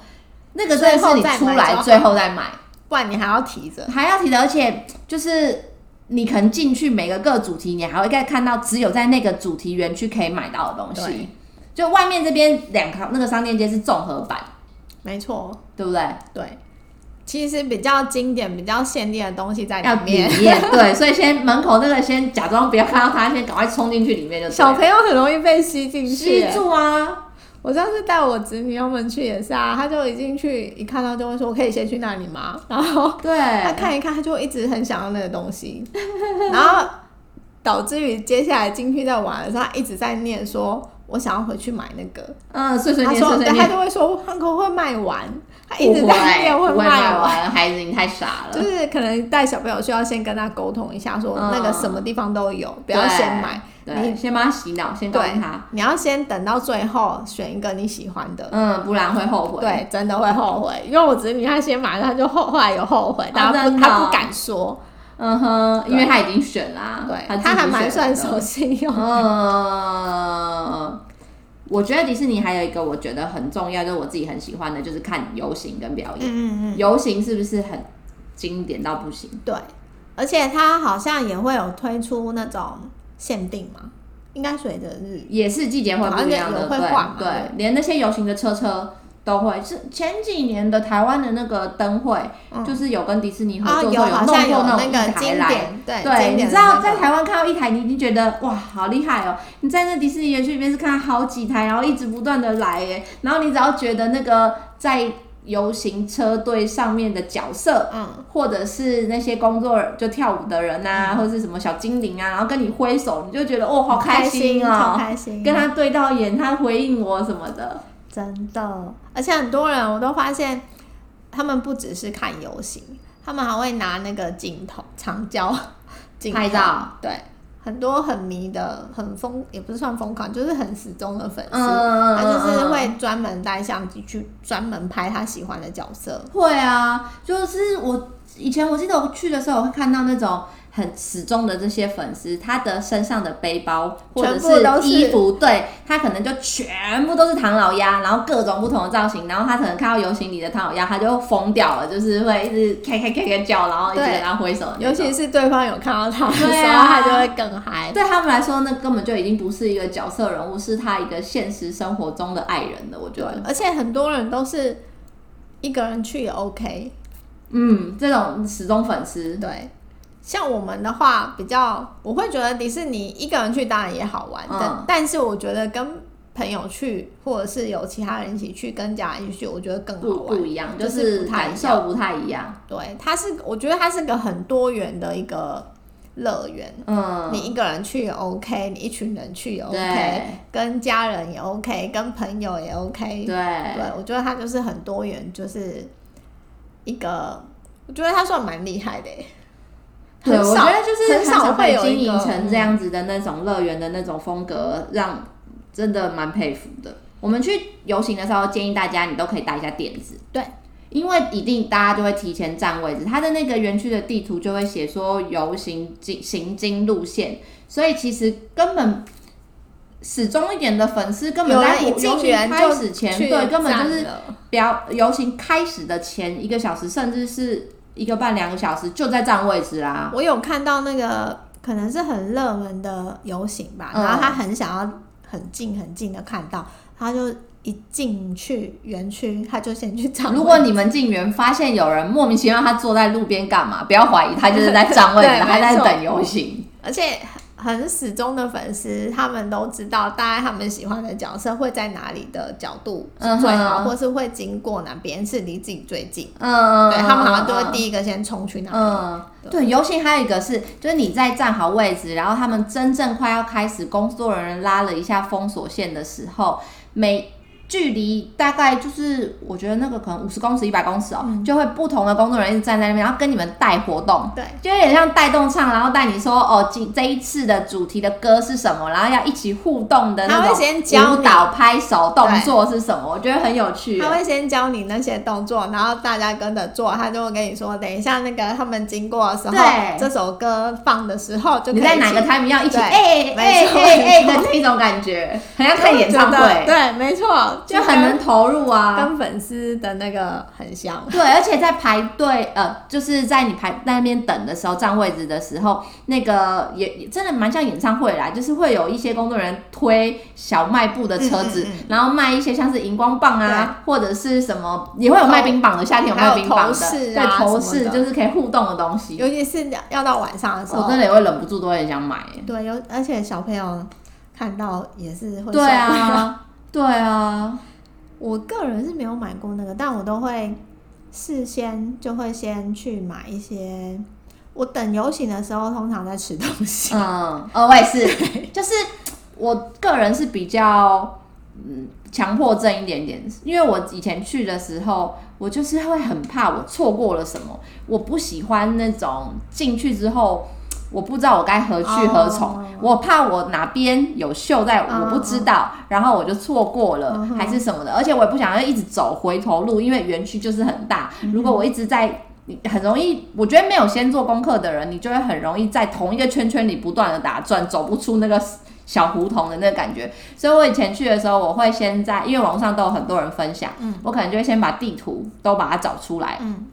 Speaker 2: 那个最后你出来最后再买，
Speaker 1: 不然你还要提着，
Speaker 2: 还要提的，而且就是你可能进去每个各主题，你还会再看到只有在那个主题园区可以买到的东
Speaker 1: 对
Speaker 2: 西。就外面这边两条那个商店街是综合版，
Speaker 1: 没错，
Speaker 2: 对不对？
Speaker 1: 对。其实比较经典、比较限定的东西在
Speaker 2: 要
Speaker 1: 里
Speaker 2: 里
Speaker 1: 面，
Speaker 2: 面对， 所以先门口那个先假装不要看到它，先赶快冲进去里面就
Speaker 1: 小
Speaker 2: 对了
Speaker 1: 朋友很容易被吸进去
Speaker 2: 吸。住啊，
Speaker 1: 我上次带我侄女他们去也是啊，她就一进去一看到就会说：“我可以先去那里吗？”然后
Speaker 2: 对，
Speaker 1: 她看一看，她就一直很想要那个东西，然后导致于接下来进去在玩的时候，她一直在念说：“我想要回去买那个。”
Speaker 2: 嗯，碎碎
Speaker 1: 她
Speaker 2: 念
Speaker 1: 说
Speaker 2: 碎：“碎
Speaker 1: 对，她
Speaker 2: 念，
Speaker 1: 就会说汉口会卖完。”她一
Speaker 2: 不
Speaker 1: 直
Speaker 2: 会
Speaker 1: 在念
Speaker 2: 不会
Speaker 1: 卖
Speaker 2: 卖。完， 孩子你太傻
Speaker 1: 就
Speaker 2: 了。
Speaker 1: 是可能带小朋友需要先跟他沟通一下，说
Speaker 2: 嗯
Speaker 1: 那个什么地方都有，不要
Speaker 2: 对
Speaker 1: 先买，
Speaker 2: 对，先帮他洗脑，先告诉
Speaker 1: 对
Speaker 2: 他，，
Speaker 1: 你要先等到最后选一个你喜欢的，
Speaker 2: 嗯，不然会后悔。
Speaker 1: 对，真的会后悔。因为我侄女她先买了，她就后后来有后悔，但她不、
Speaker 2: 真的哦
Speaker 1: 她不敢说，
Speaker 2: 嗯哼，
Speaker 1: 对
Speaker 2: 因为他已经选啦，
Speaker 1: 对，
Speaker 2: 他自己
Speaker 1: 她还蛮
Speaker 2: 选
Speaker 1: 算哦
Speaker 2: 的
Speaker 1: 守信用。
Speaker 2: 嗯，我觉得迪士尼还有一个我觉得很重要，就是我自己很喜欢的，就是看游行跟表演。
Speaker 1: 嗯嗯
Speaker 2: 游行是不是很经典到不行？
Speaker 1: 嗯， 对，而且她好像也会有推出那种限定嘛，应该随着日
Speaker 2: 也是季节会不一样的，
Speaker 1: 好像有会换嘛
Speaker 2: 对对，连那些游行的车车都会。是前几年的台湾的那个灯会，
Speaker 1: 嗯
Speaker 2: 就是有跟迪士尼合
Speaker 1: 啊
Speaker 2: 作
Speaker 1: 有
Speaker 2: 过，
Speaker 1: 好
Speaker 2: 弄
Speaker 1: 像有
Speaker 2: 过
Speaker 1: 那
Speaker 2: 种
Speaker 1: 个
Speaker 2: 一
Speaker 1: 经
Speaker 2: 台来
Speaker 1: 典，对
Speaker 2: 对，
Speaker 1: 哎经
Speaker 2: 你
Speaker 1: 典
Speaker 2: 知
Speaker 1: 的那
Speaker 2: 道
Speaker 1: 个
Speaker 2: 在台湾看到一台，你已经觉得哇，好厉害哦！你在那迪士尼园区里面是看到好几台，然后一直不断的来耶。然后你只要觉得那个在游行车队上面的角色，
Speaker 1: 嗯。
Speaker 2: 或者是那些工作人就跳舞的人呐、或者是什么小精灵啊，然后跟你挥手，你就觉得哦，好开心
Speaker 1: 好
Speaker 2: 哦！
Speaker 1: 嗯开心，
Speaker 2: 跟他对到眼，他回应我什么的，
Speaker 1: 真的，而且很多人我都发现，他们不只是看游行，他们还会拿那个镜头长 焦镜头
Speaker 2: 拍照，
Speaker 1: 对，很多很迷的、很疯，也不是算疯狂，就是很死忠的粉丝，
Speaker 2: 嗯
Speaker 1: 他就是会专门带相机去专门拍他喜欢的角色，
Speaker 2: 会啊，就是我以前我记得我去的时候，我会看到那种很始终的这些粉丝，他的身上的背包或者
Speaker 1: 全部都是
Speaker 2: 衣服，对他可能就全部都是唐老鸭，然后各种不同的造型，然后他可能看到游行里的唐老鸭，他就疯掉了，就是会一直开开开开叫，然后一直
Speaker 1: 对
Speaker 2: 跟他挥手的那种。
Speaker 1: 尤其是对方有看到他的时
Speaker 2: 对
Speaker 1: 候，
Speaker 2: 啊
Speaker 1: 他就会更嗨。
Speaker 2: 对他们来说，那根本就已经不是一个角色人物，是他一个现实生活中的爱人了。我觉
Speaker 1: 对
Speaker 2: 得，
Speaker 1: 而且很多人都是一个人去也 OK，
Speaker 2: 嗯，这种始终粉丝，
Speaker 1: 对，像我们的话，比较我会觉得迪士尼一个人去当然也好玩，但、
Speaker 2: 嗯
Speaker 1: 但是我觉得跟朋友去，或者是有其他人一起去，跟家人一起去，我觉得更好
Speaker 2: 不
Speaker 1: 玩。
Speaker 2: 不一样，就
Speaker 1: 就是
Speaker 2: 是
Speaker 1: 不太一
Speaker 2: 感受不太一样。
Speaker 1: 对，它是我觉得它是个很多元的一个乐园。
Speaker 2: 嗯，
Speaker 1: 你一个人去也 OK，你一群人去也 OK，
Speaker 2: 对
Speaker 1: 跟家人也 OK，跟朋友也 OK。
Speaker 2: 对，
Speaker 1: 对，我觉得它就是很多元，就是一个，我觉得它算蛮厉害的欸耶。
Speaker 2: 对，
Speaker 1: 很
Speaker 2: 我
Speaker 1: 少
Speaker 2: 觉得就是
Speaker 1: 很少会
Speaker 2: 会
Speaker 1: 有一
Speaker 2: 经营
Speaker 1: 个
Speaker 2: 成这样子的那种乐园的那种风格，让真的蛮佩服的。我们去游行的时候，建议大家你都可以带一下垫子，
Speaker 1: 对，
Speaker 2: 因为一定大家就会提前占位置，它的那个园区的地图就会写说游行经行经路线，所以其实根本。始终一点的粉丝根本
Speaker 1: 有人
Speaker 2: 在
Speaker 1: 一
Speaker 2: 游
Speaker 1: 进
Speaker 2: 行
Speaker 1: 园
Speaker 2: 开
Speaker 1: 就
Speaker 2: 始前，
Speaker 1: 去
Speaker 2: 对，根本
Speaker 1: 站
Speaker 2: 就是
Speaker 1: 了
Speaker 2: 表游行开始的前一个小时，甚至是一个半两个小时就在占位置啦。
Speaker 1: 我有看到那个可能是很热门的游行吧，
Speaker 2: 嗯
Speaker 1: 然后他很想要很近很近的看到，他就一进去园区，他就先去找。
Speaker 2: 如果你们进园发现有人莫名其妙他坐在路边干嘛，不要怀疑他就是在占 位
Speaker 1: 对
Speaker 2: 置，他在
Speaker 1: 没错
Speaker 2: 等游行。
Speaker 1: 而且很死忠的粉丝，他们都知道大概他们喜欢的角色会在哪里的角度是最好，
Speaker 2: 嗯哼
Speaker 1: 或是会经过哪边是离自己最近。
Speaker 2: 嗯，
Speaker 1: 对他们好像都会
Speaker 2: 一。
Speaker 1: 第一个先冲去那边。
Speaker 2: 嗯，对，游行还有一个是，就是你在站好位置，然后他们真正快要开始，工作人员拉了一下封锁线的时候，每距离大概就是我觉得那个可能五十公尺、一百公尺哦，就会不同的工作人员一直站在那边，然后跟你们带活动。
Speaker 1: 对，
Speaker 2: 就有点像带动唱，然后带你说哦，今这一次的主题的歌是什么，然后要一起互动的那
Speaker 1: 他会
Speaker 2: 种
Speaker 1: 先教
Speaker 2: 舞
Speaker 1: 你
Speaker 2: 蹈、拍手动作是什么，我觉得很有趣。
Speaker 1: 他会先教你那些动作，然后大家跟着做，他就会跟你说，等一下那个他们经过的时候
Speaker 2: 对，
Speaker 1: 这首歌放的时候就可以
Speaker 2: 你在哪个
Speaker 1: 一起
Speaker 2: time 要一起
Speaker 1: 对
Speaker 2: 哎哎
Speaker 1: 没错
Speaker 2: 哎哎
Speaker 1: 没
Speaker 2: 的
Speaker 1: 错
Speaker 2: 那种感觉，很像看演唱
Speaker 1: 我觉得
Speaker 2: 会，
Speaker 1: 对，没错，
Speaker 2: 就很能投入
Speaker 1: 跟
Speaker 2: 啊。
Speaker 1: 跟粉丝的那个很像。
Speaker 2: 对，而且在排队，呃，就是在你排在那边等的时候，占位置的时候，那个也也真的蛮像演唱会啦，就是会有一些工作人员推小卖部的车子，
Speaker 1: 嗯嗯
Speaker 2: 然后卖一些像是荧光棒啊，或者是什么，也会有卖冰棒的，夏天有卖冰棒
Speaker 1: 还有头
Speaker 2: 的，
Speaker 1: 饰
Speaker 2: 对
Speaker 1: 啊
Speaker 2: 头
Speaker 1: 什
Speaker 2: 饰
Speaker 1: 么的
Speaker 2: 就是可以互动的东西。
Speaker 1: 尤其是要到晚上的时
Speaker 2: 我
Speaker 1: 候，
Speaker 2: 真的也会忍不住都很想买、欸
Speaker 1: 对，有而且小朋友看到也是会。
Speaker 2: 对， 啊，对啊，
Speaker 1: 我个人是没有买过那个，但我都会事先就会先去买一些。我等游行的时候，通常在吃东西。
Speaker 2: 嗯，呃，我也是， 就是我个人是比较嗯强迫症一点点，因为我以前去的时候，我就是会很怕我错过了什么，我不喜欢那种进去之后。我不知道我该何去何从
Speaker 1: 哦
Speaker 2: 我怕我哪边有秀在我不知道然后我就错过了、
Speaker 1: 嗯嗯哼
Speaker 2: 还是什么的，而且我也不想要一直走回头路，因为园区就是很大，
Speaker 1: 嗯
Speaker 2: 如果我一直在你很容易，我觉得没有先做功课的人，你就会很容易在同一个圈圈里不断的打转，走不出那个小胡同的那个感觉。所以我以前去的时候，我会先在，因为网上都有很多人分享，
Speaker 1: 嗯
Speaker 2: 我可能就会先把地图都把它找出来，
Speaker 1: 嗯，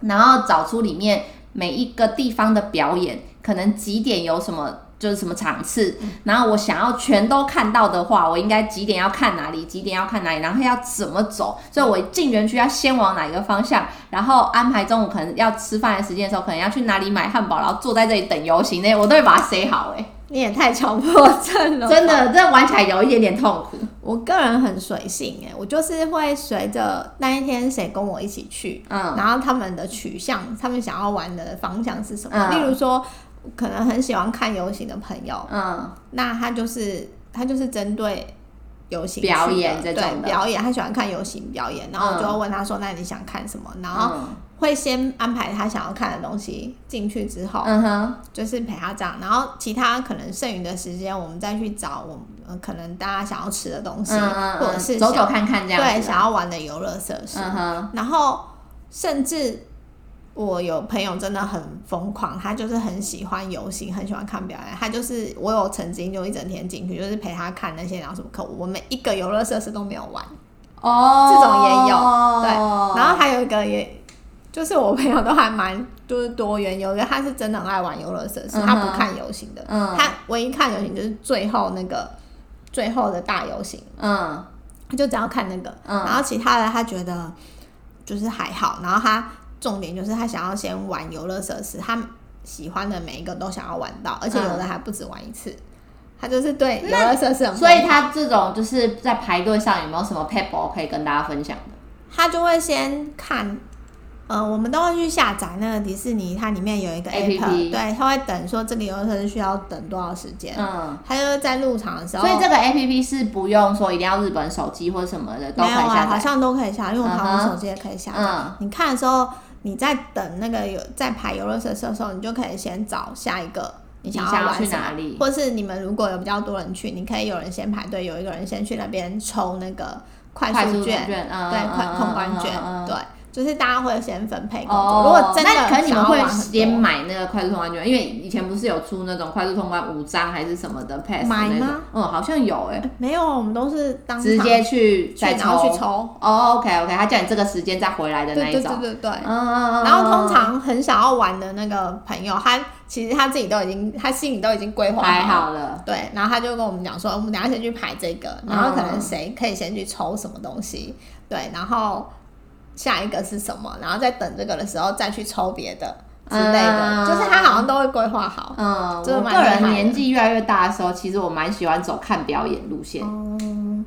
Speaker 2: 然后找出里面每一个地方的表演，可能几点有什么。就是什么场次，然后我想要全都看到的话，我应该几点要看哪里，几点要看哪里，然后要怎么走。所以我进园区要先往哪一个方向，然后安排中午可能要吃饭的时间的时候，可能要去哪里买汉堡，然后坐在这里等游行那，我都会把它塞好、欸。
Speaker 1: 你也太强迫症了，
Speaker 2: 真。的，这玩起来有一点点痛苦。
Speaker 1: 我个人很随性哎、我就是会随着那一天谁跟我一起去，
Speaker 2: 嗯
Speaker 1: 然后他们的取向，他们想要玩的方向是什么。
Speaker 2: 嗯
Speaker 1: 例如说，可能很喜欢看游行的朋友，
Speaker 2: 嗯
Speaker 1: 那他就是他就是针对游行
Speaker 2: 表
Speaker 1: 去的
Speaker 2: 演这种
Speaker 1: 对
Speaker 2: 的
Speaker 1: 表演，他喜欢看游行表演，然后我就会问他说：“那你想看什么？”然后
Speaker 2: 嗯
Speaker 1: 会先安排他想要看的东西进去之后，
Speaker 2: 嗯哼，
Speaker 1: 就是陪他这样，然后其他可能剩余的时间，我们再去找我们、呃可能大家想要吃的东西，
Speaker 2: 嗯嗯
Speaker 1: 或者
Speaker 2: 嗯，
Speaker 1: 是
Speaker 2: 走走
Speaker 1: 想
Speaker 2: 看看这样子啊。
Speaker 1: 对想要玩的游乐设施，
Speaker 2: 嗯哼，
Speaker 1: 然后甚至我有朋友真的很疯狂，他就是很喜欢游行，很喜欢看表演，他就是我有曾经就一整天进去，就是陪他看那些然后什么课，我们一个游乐设施都没有玩，
Speaker 2: 哦，
Speaker 1: 这种也有
Speaker 2: 对
Speaker 1: 然后还有一个也。就是我朋友都还蛮就是多元，有一个他是真的很爱玩游乐设施，他
Speaker 2: 嗯
Speaker 1: 不
Speaker 2: 哼
Speaker 1: 看游行的，
Speaker 2: 嗯
Speaker 1: 他唯一看游行就是最后那个最后的大游行，
Speaker 2: 嗯
Speaker 1: 他就只要看那个，
Speaker 2: 嗯
Speaker 1: 然后其他的他觉得就是还好，然后他重点就是他想要先玩游乐设施，他喜欢的每一个都想要玩到，而且
Speaker 2: 嗯
Speaker 1: 有的还不止玩一次。他就是对游
Speaker 2: 那
Speaker 1: 乐设施很，
Speaker 2: 所以他这种就是在排队上有没有什么 p a p e 可以跟大家分享的？
Speaker 1: 他就会先看，呃，我们都会去下载那个迪士尼，它里面有一个
Speaker 2: APP
Speaker 1: 对，他会等说这个游乐设施需要等多少时间，
Speaker 2: 嗯，
Speaker 1: 他就是在入场的时候，
Speaker 2: 所以这个 A P P 是不用说一定要日本手机或什么的都可
Speaker 1: 没
Speaker 2: 以
Speaker 1: 有啊，好
Speaker 2: 下载。
Speaker 1: 像都可以下，因为我台
Speaker 2: 嗯
Speaker 1: 湾
Speaker 2: 哼
Speaker 1: 手机也可以下载。
Speaker 2: 嗯
Speaker 1: 你看的时候，你在等那个有在排游乐设施的时候，你就可以先找下一个你想
Speaker 2: 你想
Speaker 1: 要
Speaker 2: 要
Speaker 1: 玩
Speaker 2: 去
Speaker 1: 什么
Speaker 2: 哪里
Speaker 1: 或是你们如果有比较多人去，你可以有人先排队，有一个人先去那边抽那个快
Speaker 2: 快
Speaker 1: 速
Speaker 2: 速
Speaker 1: 券，
Speaker 2: 券，嗯
Speaker 1: 对，快
Speaker 2: 嗯
Speaker 1: 通关
Speaker 2: 嗯
Speaker 1: 券，
Speaker 2: 嗯嗯
Speaker 1: 对，就是大家会先分配工作。
Speaker 2: 哦，
Speaker 1: 如果真的
Speaker 2: 那可能你们
Speaker 1: 想要玩
Speaker 2: 会
Speaker 1: 很多
Speaker 2: 先买那个快速通关券，因为以前不是有出那种快速通关五张还是什么的 pass
Speaker 1: 买
Speaker 2: 那种
Speaker 1: 吗？
Speaker 2: 嗯，好像有哎、
Speaker 1: 没有，我们都是当场
Speaker 2: 直接去
Speaker 1: 去
Speaker 2: 再
Speaker 1: 然
Speaker 2: 抽
Speaker 1: 后去。抽，
Speaker 2: 哦、o k OK，他叫你这个时间再回来的
Speaker 1: 对
Speaker 2: 那
Speaker 1: 对对
Speaker 2: 一种。
Speaker 1: 对对。
Speaker 2: 嗯嗯嗯。
Speaker 1: 然后通常很想要玩的那个朋友，他其实他自己都已经，他心里都已经规划
Speaker 2: 还
Speaker 1: 好了。
Speaker 2: 好了。
Speaker 1: 对，然后他就跟我们讲说，哦我们等一下先去排这个，
Speaker 2: 嗯
Speaker 1: 然后可能谁可以先去抽什么东西，对，然后下一个是什么，然后在等这个的时候再去抽别的之类的，
Speaker 2: 嗯
Speaker 1: 就是他好像都会规划好。
Speaker 2: 嗯，
Speaker 1: 真的
Speaker 2: 我
Speaker 1: 蛮
Speaker 2: 个
Speaker 1: 厉害的
Speaker 2: 人年纪越来越大的时候，其实我蛮喜欢走看表演路线。
Speaker 1: 哦，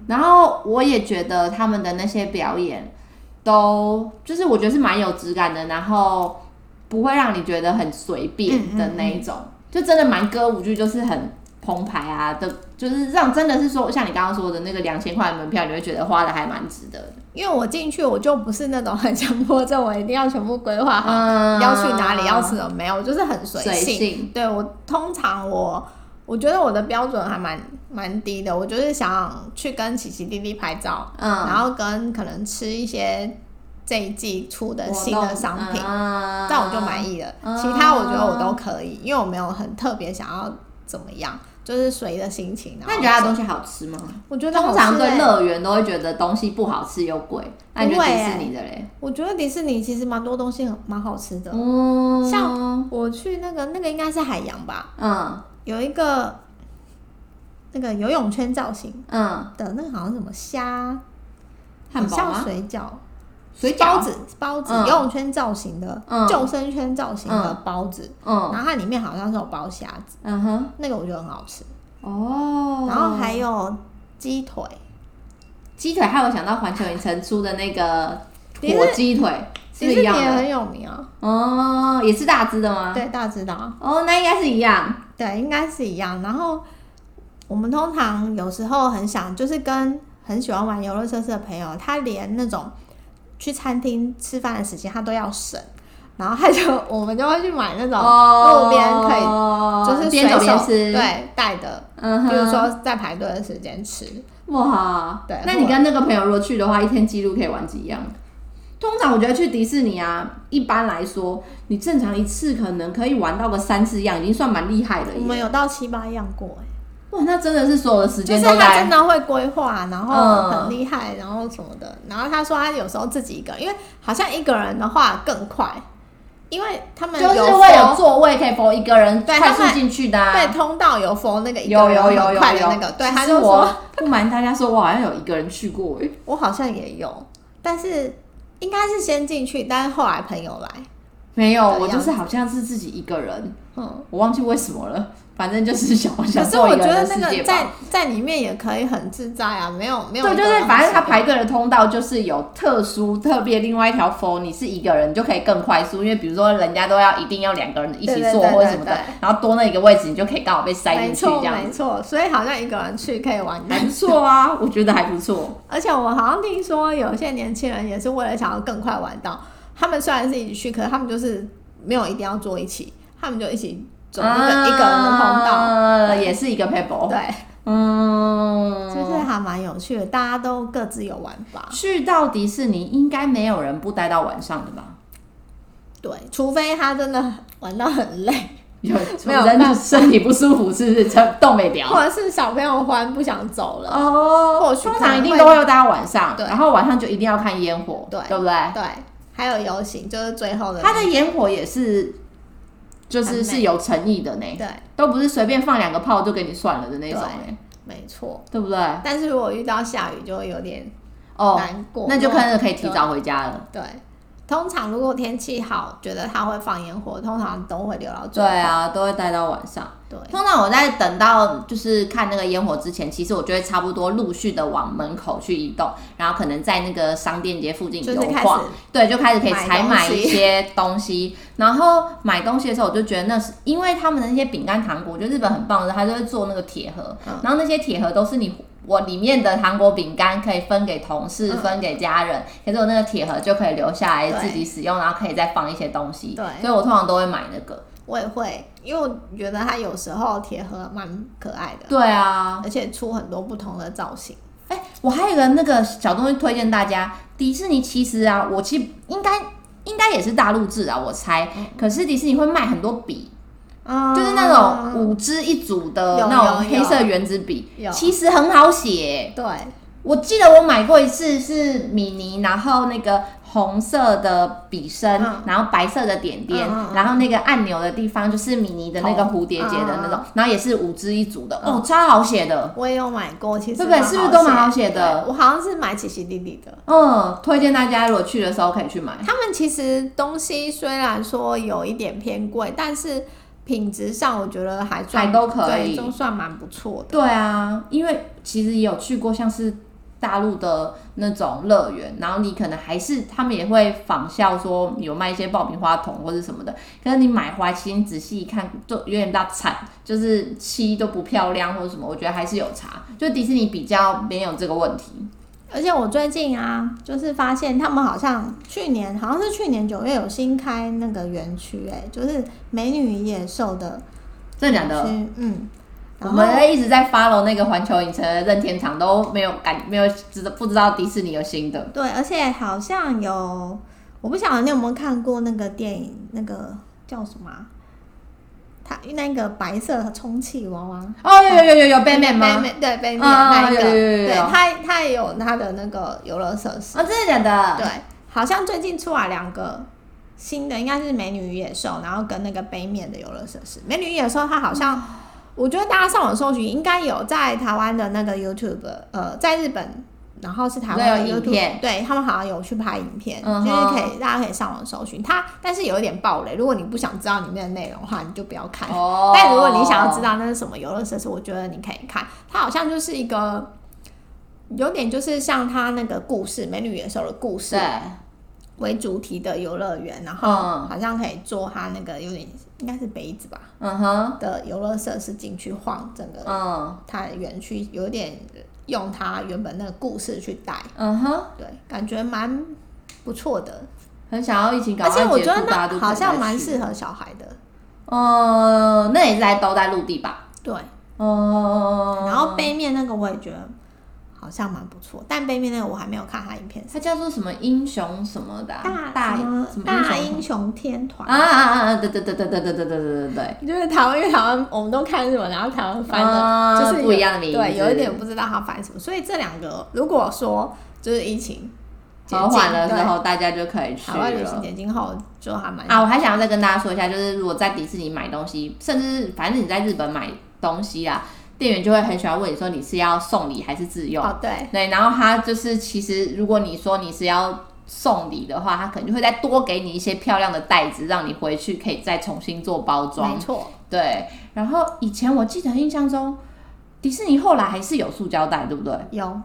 Speaker 2: 然后我也觉得他们的那些表演都就是我觉得是蛮有质感的，然后不会让你觉得很随便的那一种，
Speaker 1: 嗯
Speaker 2: 就真的蛮歌舞剧，就是很澎湃啊的，就是让真的是说像你刚刚说的那个两千块的门票，你会觉得花的还蛮值得的。
Speaker 1: 因为我进去我就不是那种很强迫症，我一定要全部规划好，
Speaker 2: 嗯
Speaker 1: 啊要去哪里要吃什么，没有，我就是很随
Speaker 2: 随性，
Speaker 1: 对我通常我我觉得我的标准还蛮蛮低的，我就是想去跟奇奇弟弟拍照，
Speaker 2: 嗯，
Speaker 1: 然后跟可能吃一些这一季出的新
Speaker 2: 活
Speaker 1: 的
Speaker 2: 动
Speaker 1: 商品，
Speaker 2: 嗯
Speaker 1: 这样我就满意了。
Speaker 2: 嗯
Speaker 1: 其他我觉得我都可以，因为我没有很特别想要怎么样，就是随着心情。
Speaker 2: 那你觉得它的东
Speaker 1: 都？
Speaker 2: 西好吃吗？
Speaker 1: 我觉得好
Speaker 2: 通
Speaker 1: 吃
Speaker 2: 常对
Speaker 1: 欸
Speaker 2: 乐园都会觉得东西不好吃又贵，那你觉得迪士尼的嘞？
Speaker 1: 我觉得迪士尼其实蛮多东西很蛮好吃的。
Speaker 2: 嗯，
Speaker 1: 像我去那个那个应该是海洋吧，
Speaker 2: 嗯
Speaker 1: 有一个那个游泳圈造型
Speaker 2: 嗯，
Speaker 1: 的那个好像什么虾，
Speaker 2: 汉
Speaker 1: 很
Speaker 2: 堡
Speaker 1: 像
Speaker 2: 吗？
Speaker 1: 水饺，
Speaker 2: 水
Speaker 1: 包
Speaker 2: 饺，
Speaker 1: 子包子、
Speaker 2: 嗯
Speaker 1: 游泳圈造型的、
Speaker 2: 嗯
Speaker 1: 救生圈造型的包子，
Speaker 2: 嗯
Speaker 1: 然后它里面好像是有包虾子，
Speaker 2: 嗯哼，
Speaker 1: 那个我觉得很好吃。
Speaker 2: 哦，
Speaker 1: 然后还有鸡腿，
Speaker 2: 鸡腿，还有想到环球影城出的那个
Speaker 1: 迪士
Speaker 2: 火鸡腿，是
Speaker 1: 其
Speaker 2: 不
Speaker 1: 实
Speaker 2: 是一
Speaker 1: 你也
Speaker 2: 样的？
Speaker 1: 很有名啊，
Speaker 2: 哦，也是大只的吗？，
Speaker 1: 对，大家知道啊，
Speaker 2: 哦，那应该是一样，
Speaker 1: 对，应该是一样。然后我们通常有时候很想，就是跟很喜欢玩游乐设施的朋友，他连那种去餐厅吃饭的时间他都要省，然后他就我们就会去买那种路边可以。
Speaker 2: 以
Speaker 1: 就是
Speaker 2: 哦边
Speaker 1: 随手
Speaker 2: 走边吃，，
Speaker 1: 对带的，
Speaker 2: 嗯哼，
Speaker 1: 比如说在排队的时间吃，
Speaker 2: 哇，
Speaker 1: 对
Speaker 2: 那你跟那个朋友如果去的话，一天记录可以玩几样？通常我觉得去迪士尼啊，一般来说，你正常一次可能可以玩到个三四样，已经算蛮厉害了
Speaker 1: 我们
Speaker 2: 耶。
Speaker 1: 有到七八样过、欸，
Speaker 2: 哇，那真的是所有的时
Speaker 1: 就
Speaker 2: 间
Speaker 1: 是
Speaker 2: 都
Speaker 1: 他真
Speaker 2: 在。
Speaker 1: 的会规划，然后
Speaker 2: 嗯
Speaker 1: 很厉害，然后什么的。然后他说他有时候自己一个，因为好像一个人的话更快，因为他们
Speaker 2: 就是
Speaker 1: 有
Speaker 2: 会有
Speaker 1: for-
Speaker 2: 座位可以 for 一个人
Speaker 1: 对
Speaker 2: 快
Speaker 1: 他们
Speaker 2: 速进去的、啊，
Speaker 1: 对通道有 for 那个一
Speaker 2: 有
Speaker 1: 个人
Speaker 2: 有有
Speaker 1: 很
Speaker 2: 有
Speaker 1: 快的
Speaker 2: 有
Speaker 1: 那个，对，
Speaker 2: 其
Speaker 1: 他
Speaker 2: 实
Speaker 1: 就说
Speaker 2: 我不瞒大家说，我好像有一个人去过耶，
Speaker 1: 我好像也有，但是应该是先进去，但是后来朋友来，
Speaker 2: 没有，
Speaker 1: 对
Speaker 2: 我就
Speaker 1: 样
Speaker 2: 是好像是自己一个人，
Speaker 1: 嗯。
Speaker 2: 我忘记为什么了，反正就是想
Speaker 1: 可
Speaker 2: 想
Speaker 1: 是
Speaker 2: 做
Speaker 1: 我
Speaker 2: 一
Speaker 1: 觉
Speaker 2: 个人
Speaker 1: 得
Speaker 2: 的世
Speaker 1: 那个
Speaker 2: 界吧。
Speaker 1: 在在里面也可以很自在啊，没有没有一
Speaker 2: 对，
Speaker 1: 个
Speaker 2: 就
Speaker 1: 人很奇怪。
Speaker 2: 是反正它排队的通道就是有特殊特别另外一条 f 你是一个人你就可以更快速，因为比如说人家都要一定要两个人一起
Speaker 1: 对对
Speaker 2: 坐
Speaker 1: 对
Speaker 2: 或者什么
Speaker 1: 对
Speaker 2: 的
Speaker 1: 对，
Speaker 2: 然后多那一个位置你就可以刚好被塞
Speaker 1: 没
Speaker 2: 进去
Speaker 1: 错
Speaker 2: 这样
Speaker 1: 没
Speaker 2: 子，
Speaker 1: 错，所以好像一个人去可以玩
Speaker 2: 还不错啊，我觉得还不错。
Speaker 1: 而且我好像听说有些年轻人也是为了想要更快玩到，他们虽然是一起去，可是他们就是没有一定要坐一起，他们就一起 走那个一个人的通道。
Speaker 2: 啊
Speaker 1: 对
Speaker 2: 也是一个 paper，
Speaker 1: 对，
Speaker 2: 嗯，
Speaker 1: 就是还蛮有趣的，大家都各自有玩法。
Speaker 2: 去到迪士尼应该没有人不待到晚上的吧？
Speaker 1: 对，除非他真的玩到很累，
Speaker 2: 有
Speaker 1: 没有
Speaker 2: 人身体不舒服是不是？这动没 掉
Speaker 1: 或者是小朋友欢不想走了。
Speaker 2: 哦
Speaker 1: 或许
Speaker 2: 通
Speaker 1: 可能
Speaker 2: 常一定
Speaker 1: 会
Speaker 2: 都会待到晚上，
Speaker 1: 对
Speaker 2: 然后晚上就一定要看烟火，
Speaker 1: 对
Speaker 2: 不对？
Speaker 1: 对，还有游行就是最后的
Speaker 2: 它的烟火也是，就
Speaker 1: 很
Speaker 2: 是
Speaker 1: 美
Speaker 2: 是有诚意的呢，
Speaker 1: 对，
Speaker 2: 都不是随便放两个炮就给你算了的那种呢，
Speaker 1: 没错。
Speaker 2: 对不对？
Speaker 1: 但是如果遇到下雨，就会有点
Speaker 2: 哦，
Speaker 1: 难过，
Speaker 2: 那就可能可以提早回家了。
Speaker 1: 对，通常如果天气好，觉得它会放烟火，通常都会留到最
Speaker 2: 对
Speaker 1: 后。
Speaker 2: 啊，都会待到晚上。
Speaker 1: 对，
Speaker 2: 通常我在等到就是看那个烟火之前，其实我就会差不多陆续的往门口去移动，然后可能在那个商店街附近
Speaker 1: 就
Speaker 2: 游
Speaker 1: 是开始
Speaker 2: 晃，对，就开始可以采
Speaker 1: 买
Speaker 2: 买
Speaker 1: 东西
Speaker 2: 一些东西。然后买东西的时候，我就觉得那是因为他们的那些饼干糖果，我觉得日本很棒的，它就会做那个铁盒，
Speaker 1: 嗯
Speaker 2: 然后那些铁盒都是你。我里面的糖果饼干可以分给同事，
Speaker 1: 嗯
Speaker 2: 分给家人，可是我那个铁盒就可以留下来
Speaker 1: 对
Speaker 2: 自己使用，然后可以再放一些东西。
Speaker 1: 对
Speaker 2: 所以我通常都会买那个。
Speaker 1: 我也会，因为我觉得它有时候铁盒蛮可爱的，
Speaker 2: 对啊，
Speaker 1: 而且出很多不同的造型。
Speaker 2: 哎、我还有一个那个小东西推荐大家，迪士尼其实啊，我其实应该应该也是大陆制啊，我猜。可是迪士尼会卖很多笔，
Speaker 1: 嗯
Speaker 2: 就是那种五支一组的
Speaker 1: 有
Speaker 2: 那种
Speaker 1: 有
Speaker 2: 黑色圆珠笔
Speaker 1: 有，
Speaker 2: 其实很好写。
Speaker 1: 对，
Speaker 2: 我记得我买过一次是米妮，然后那个红色的笔身，
Speaker 1: 嗯
Speaker 2: 然后白色的点点，
Speaker 1: 嗯嗯嗯
Speaker 2: 然后那个按钮的地方就是米妮的那个蝴蝶结的那
Speaker 1: 头
Speaker 2: 种，
Speaker 1: 嗯
Speaker 2: 然后也是五支一组的，
Speaker 1: 嗯
Speaker 2: 哦，超好写的。
Speaker 1: 我也有买过，其实
Speaker 2: 对不对
Speaker 1: 蛮好
Speaker 2: 是不是都蛮好写
Speaker 1: 写
Speaker 2: 的
Speaker 1: 对我好像是买奇奇弟弟的。
Speaker 2: 嗯，推荐大家如果去的时候可以去买。
Speaker 1: 他们其实东西虽然说有一点偏贵，但是品质上我觉得还算
Speaker 2: 还都可
Speaker 1: 对
Speaker 2: 以
Speaker 1: 都算蛮不错的。
Speaker 2: 对啊，因为其实也有去过像是大陆的那种乐园，然后你可能还是他们也会仿效说有卖一些爆米花桶或者什么的，可是你买回来其实你仔细一看就有点大惨，就是漆都不漂亮或者什么，我觉得还是有差。就迪士尼比较没有这个问题。
Speaker 1: 而且我最近啊，就是发现他们好像去年好像是去年九月有新开那个园区，哎，就是美女与野兽的
Speaker 2: 真的假
Speaker 1: 园
Speaker 2: 的？
Speaker 1: 区，嗯，
Speaker 2: 我
Speaker 1: 然后
Speaker 2: 们一直在 follow 那个环球影城的任天堂都没有感没有知道不知道迪士尼有新的。
Speaker 1: 对，而且好像有，我不晓得你有没有看过那个电影，那个叫什么啊、它那个白色充气娃娃。
Speaker 2: 哦，有有有有有 Batman 吗？
Speaker 1: 北美对北美
Speaker 2: 啊
Speaker 1: 那一个，
Speaker 2: 有有有有
Speaker 1: 对
Speaker 2: 有
Speaker 1: 它它也有它的那个游乐设施。
Speaker 2: 啊、真的假的？
Speaker 1: 对，好像最近出来两个新的，应该是《美女与野兽》，然后跟那个北面的游乐设施。《美女与野兽》它好
Speaker 2: 哦
Speaker 1: 像，我觉得大家上网搜寻应该有在台湾的那个 YouTube，呃，在日本。然后是台湾的
Speaker 2: 对有影
Speaker 1: YouTube，
Speaker 2: 片
Speaker 1: 对他们好像有去拍影片，
Speaker 2: 嗯
Speaker 1: 就是
Speaker 2: 哼
Speaker 1: 可以大家可以上网搜寻它，但是有一点暴雷，如果你不想知道里面的内容的话，你就不要看。
Speaker 2: 哦
Speaker 1: 但如果你想要知，道那是什么游乐设施，我觉得你可以看，它好像就是一个有点就是像它那个故事《美女野兽》的故事
Speaker 2: 对，
Speaker 1: 为主题的游乐园，然后
Speaker 2: 嗯
Speaker 1: 好像可以坐它那个有点应该是杯子吧
Speaker 2: 嗯哼，
Speaker 1: 的游乐设施进去晃，整个
Speaker 2: 嗯
Speaker 1: 它的园区有点用它原本那个故事去带，
Speaker 2: 嗯哼，
Speaker 1: 对，感觉蛮不错的，
Speaker 2: 很想要一起搞，
Speaker 1: 而且我觉得
Speaker 2: 大家
Speaker 1: 那
Speaker 2: 都
Speaker 1: 好像蛮适。合小孩的，
Speaker 2: 嗯，那也是在都在陆地吧？
Speaker 1: 对。
Speaker 2: 哦、
Speaker 1: 然后背面那个我也觉得好像蛮不错，但背面那个我还没有看他影片。
Speaker 2: 它叫做什么英雄什么的啊、
Speaker 1: 大
Speaker 2: 大
Speaker 1: 什么
Speaker 2: 什么
Speaker 1: 大
Speaker 2: 英雄
Speaker 1: 英雄天团
Speaker 2: 啊啊啊啊！对对对对对对对对对对对。
Speaker 1: 就是台湾，因为台湾我们都看日文，然后台湾翻的，
Speaker 2: 啊
Speaker 1: 就是有
Speaker 2: 不一样的名字
Speaker 1: 对，有一点不知道他翻什么。所以这两个如果说就是疫情解
Speaker 2: 和
Speaker 1: 禁
Speaker 2: 缓了之
Speaker 1: 对啊
Speaker 2: 后，大家就可以去
Speaker 1: 台湾旅行
Speaker 2: 了。
Speaker 1: 解禁后就还蛮
Speaker 2: 啊，我还想要再跟大家说一下，就是如果在迪士尼买东西，甚至是反正你在日本买东西啊，店员就会很喜欢问你说你是要送礼还是自用。
Speaker 1: 哦，对，
Speaker 2: 对，然后他就是其实如果你说你是要送礼的话，他可能就会再多给你一些漂亮的袋子，让你回去可以再重新做包
Speaker 1: 没
Speaker 2: 装。
Speaker 1: 错，
Speaker 2: 对，然后以前我记得印象中，迪士尼后来还是有塑胶袋，对不对？
Speaker 1: 有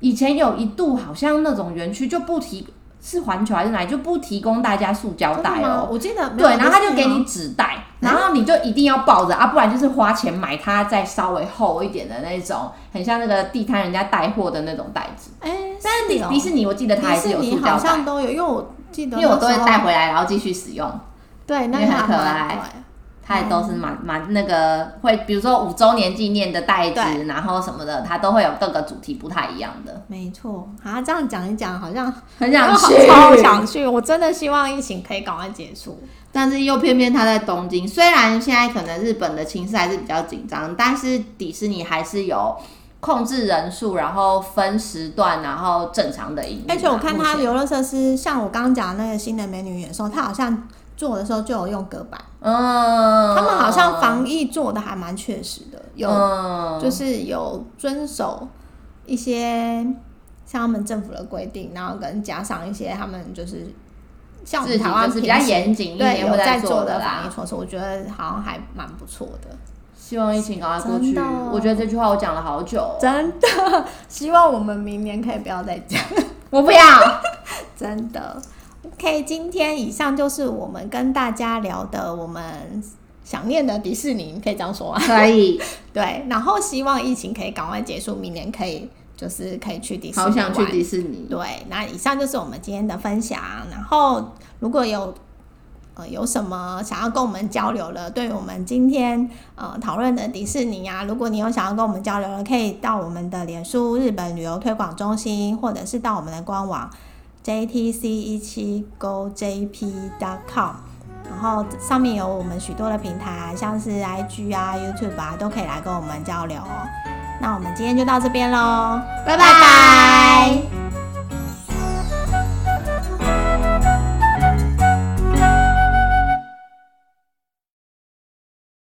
Speaker 2: 以前有一度好像那种园区就不提，是环球还是哪里就不提供大家塑胶
Speaker 1: 真的
Speaker 2: 袋
Speaker 1: 吗
Speaker 2: 哦？。
Speaker 1: 我记得没
Speaker 2: 对
Speaker 1: 有，
Speaker 2: 然后他就给
Speaker 1: 没有
Speaker 2: 你纸袋，然后你就一定要抱着啊，不然就是花钱买它再稍微厚一点的那种，很像那个地摊人家带货的那种袋子。
Speaker 1: 哎，
Speaker 2: 但是迪
Speaker 1: 哦
Speaker 2: 迪士尼，我记得它还
Speaker 1: 迪
Speaker 2: 是
Speaker 1: 士
Speaker 2: 有
Speaker 1: 尼
Speaker 2: 塑
Speaker 1: 好
Speaker 2: 胶袋
Speaker 1: 像，都有，因为我记得
Speaker 2: 因为我都会
Speaker 1: 那时候
Speaker 2: 带回来，然后继续使用。
Speaker 1: 对，那
Speaker 2: 因为
Speaker 1: 个还
Speaker 2: 很可
Speaker 1: 蛮
Speaker 2: 爱
Speaker 1: 对
Speaker 2: 它也都是蛮蛮那个会，比如说五周年纪念的袋子，
Speaker 1: 对
Speaker 2: 然后什么的，它都会有各个主题不太一样的。
Speaker 1: 没错，啊，这样讲一讲， 好像
Speaker 2: 很想
Speaker 1: 我
Speaker 2: 去，
Speaker 1: 超 想去，我真的希望疫情可以赶快结束。
Speaker 2: 但是又偏偏它在东京。虽然现在可能日本的情势还是比较紧张，但是迪士尼还是有控制人数，然后分时段，然后正常的营运啊。
Speaker 1: 而且我看它
Speaker 2: 目前
Speaker 1: 游乐设施，像我刚刚讲的那个新的美女野兽，它好像做的时候就有用隔板，
Speaker 2: 嗯，
Speaker 1: 他们好像防疫做的还蛮确实的，有、
Speaker 2: 嗯
Speaker 1: 就是有遵守一些像他们政府的规定，然后跟加上一些他们就是像我
Speaker 2: 自
Speaker 1: 们
Speaker 2: 己
Speaker 1: 台湾
Speaker 2: 就是比较
Speaker 1: 平时
Speaker 2: 严谨一
Speaker 1: 对
Speaker 2: 点
Speaker 1: 有
Speaker 2: 会
Speaker 1: 在
Speaker 2: 做
Speaker 1: 的防
Speaker 2: 啦
Speaker 1: 疫。措施，我觉得好像还蛮不错的。
Speaker 2: 希望疫情赶快过去
Speaker 1: 真的哦。
Speaker 2: 我觉得这句话我讲了好久哦，
Speaker 1: 真的，希望我们明年可以不要再讲。
Speaker 2: 我不 要。
Speaker 1: 真的。OK，今天以上就是我们跟大家聊的我们想念的迪士尼，可以这样说吗？
Speaker 2: 可 以，
Speaker 1: 对，然后希望疫情可以赶快结束，明年可以就是可以去迪士尼
Speaker 2: 好想去
Speaker 1: 玩
Speaker 2: 迪士尼。
Speaker 1: 对，那以上就是我们今天的分享。然后如果有呃有什么想要跟我们交流的，对于我们今天呃讨论的迪士尼啊，如果你有想要跟我们交流的，可以到我们的脸书日本旅游推广中心，或者是到我们的官网 JTC 一七 GoJP.com。然后上面有我们许多的平台，像是 IG 啊、YouTube 啊，都可以来跟我们交流哦。那我们今天就到这边喽，拜
Speaker 2: 拜
Speaker 1: 拜